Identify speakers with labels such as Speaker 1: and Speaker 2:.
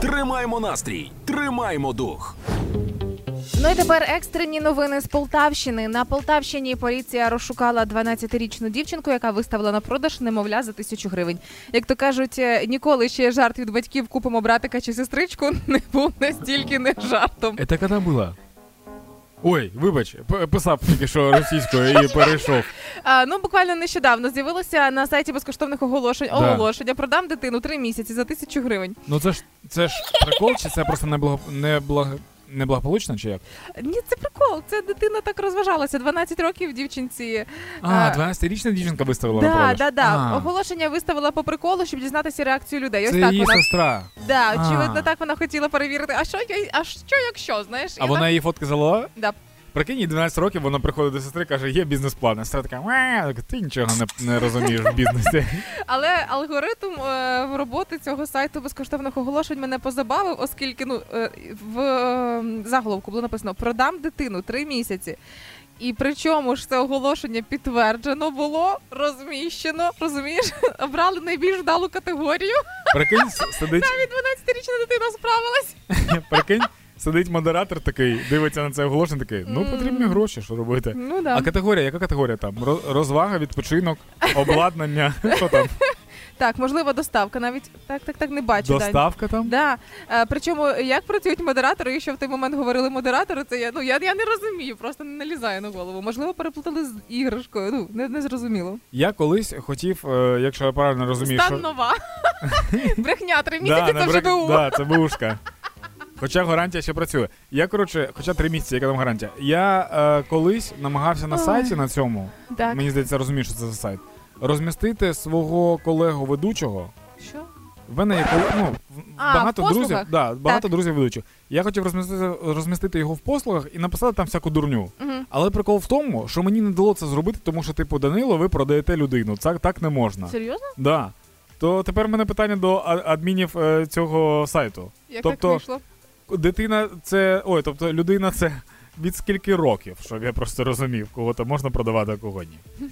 Speaker 1: Тримаємо настрій, тримаємо дух.
Speaker 2: Ну і тепер екстрені новини з Полтавщини. На Полтавщині поліція розшукала 12-річну дівчинку, яка виставила на продаж немовля за тисячу гривень. Як то кажуть, е, ніколи ще жарт від батьків купимо братика чи сестричку не був настільки не жартом.
Speaker 3: Это когда было? Ой, вибач, п- писав тільки що російською і перейшов.
Speaker 2: А, ну буквально нещодавно з'явилося на сайті безкоштовних оголошень.
Speaker 3: Да.
Speaker 2: Оголошення продам дитину три місяці за тисячу гривень.
Speaker 3: Ну це ж це ж прикол, чи це просто неблаго, неблаго, неблагополучно, чи як?
Speaker 2: Ні, це прикол. Це дитина так розважалася. 12 років дівчинці.
Speaker 3: А,
Speaker 2: А.
Speaker 3: 12-річна дівчинка виставила на
Speaker 2: Да,
Speaker 3: продаж.
Speaker 2: да, да.
Speaker 3: А,
Speaker 2: Оголошення виставила по приколу, щоб дізнатися реакцію людей. Ось
Speaker 3: Це
Speaker 2: так
Speaker 3: її
Speaker 2: вона
Speaker 3: сестра.
Speaker 2: Да,
Speaker 3: А.
Speaker 2: очевидно, так вона хотіла перевірити. А що я- а що якщо знаєш?
Speaker 3: А
Speaker 2: І
Speaker 3: вона
Speaker 2: так-
Speaker 3: її фотки залила?
Speaker 2: Да.
Speaker 3: Прикинь, їй 12 років вона приходить до сестри, каже, є бізнес-план. А сестра така, «Ме, ти нічого не, не розумієш в бізнесі.
Speaker 2: але алгоритм е, роботи цього сайту безкоштовних оголошень мене позабавив, оскільки ну е, в е, заголовку було написано продам дитину три місяці. І причому ж це оголошення підтверджено було, розміщено, розумієш, обрали найбільш вдалу категорію.
Speaker 3: Прикинь, с- сидить,
Speaker 2: Навіть 12-річна дитина справилась.
Speaker 3: прикинь, сидить модератор такий, дивиться на це оголошення, такий, ну
Speaker 2: Мгм.
Speaker 3: потрібні гроші, що робити.
Speaker 2: Ну да.
Speaker 3: А категорія, яка категорія там? Ро- Розвага, відпочинок, обладнання. Що там?
Speaker 2: Так, можливо, доставка навіть так, так, так не бачу. Дань.
Speaker 3: Доставка там?
Speaker 2: Да. Е, Причому як працюють модератори, і що в той момент говорили модератори, це я ну я, я не розумію, просто не налізаю на голову. Можливо, переплутали з іграшкою. Ну не, не зрозуміло.
Speaker 3: Я колись хотів, е, якщо я правильно розумію,
Speaker 2: Стан
Speaker 3: що
Speaker 2: нова. Брехня три
Speaker 3: Да,
Speaker 2: місяці це вже
Speaker 3: набрак-
Speaker 2: ДУ.
Speaker 3: Да, це бушка. Хоча гарантія ще працює. Я коротше, хоча три місяці, яка там гарантія. Я е, колись намагався на
Speaker 2: Ой.
Speaker 3: сайті на цьому,
Speaker 2: Так,
Speaker 3: мені здається, розумієш, що це за сайт. Розмістити свого колегу ведучого.
Speaker 2: що?
Speaker 3: В мене є колег- ну, в-
Speaker 2: А,
Speaker 3: багато
Speaker 2: в послугах?
Speaker 3: друзів. Да, багато друзів ведучих. Я хотів розмістити, розмістити його в послугах і написати там всяку дурню.
Speaker 2: Мгм.
Speaker 3: Але прикол в тому, що мені не дало це зробити, тому що, типу, Данило, ви продаєте людину. Так, так не можна.
Speaker 2: Серйозно?
Speaker 3: Да. То тепер в мене питання до а- адмінів е, цього сайту.
Speaker 2: Як
Speaker 3: Тобто-
Speaker 2: так вийшло?
Speaker 3: Дитина це. Ой, тобто людина це від скільки років, щоб я просто розумів, кого то можна продавати, а кого ні.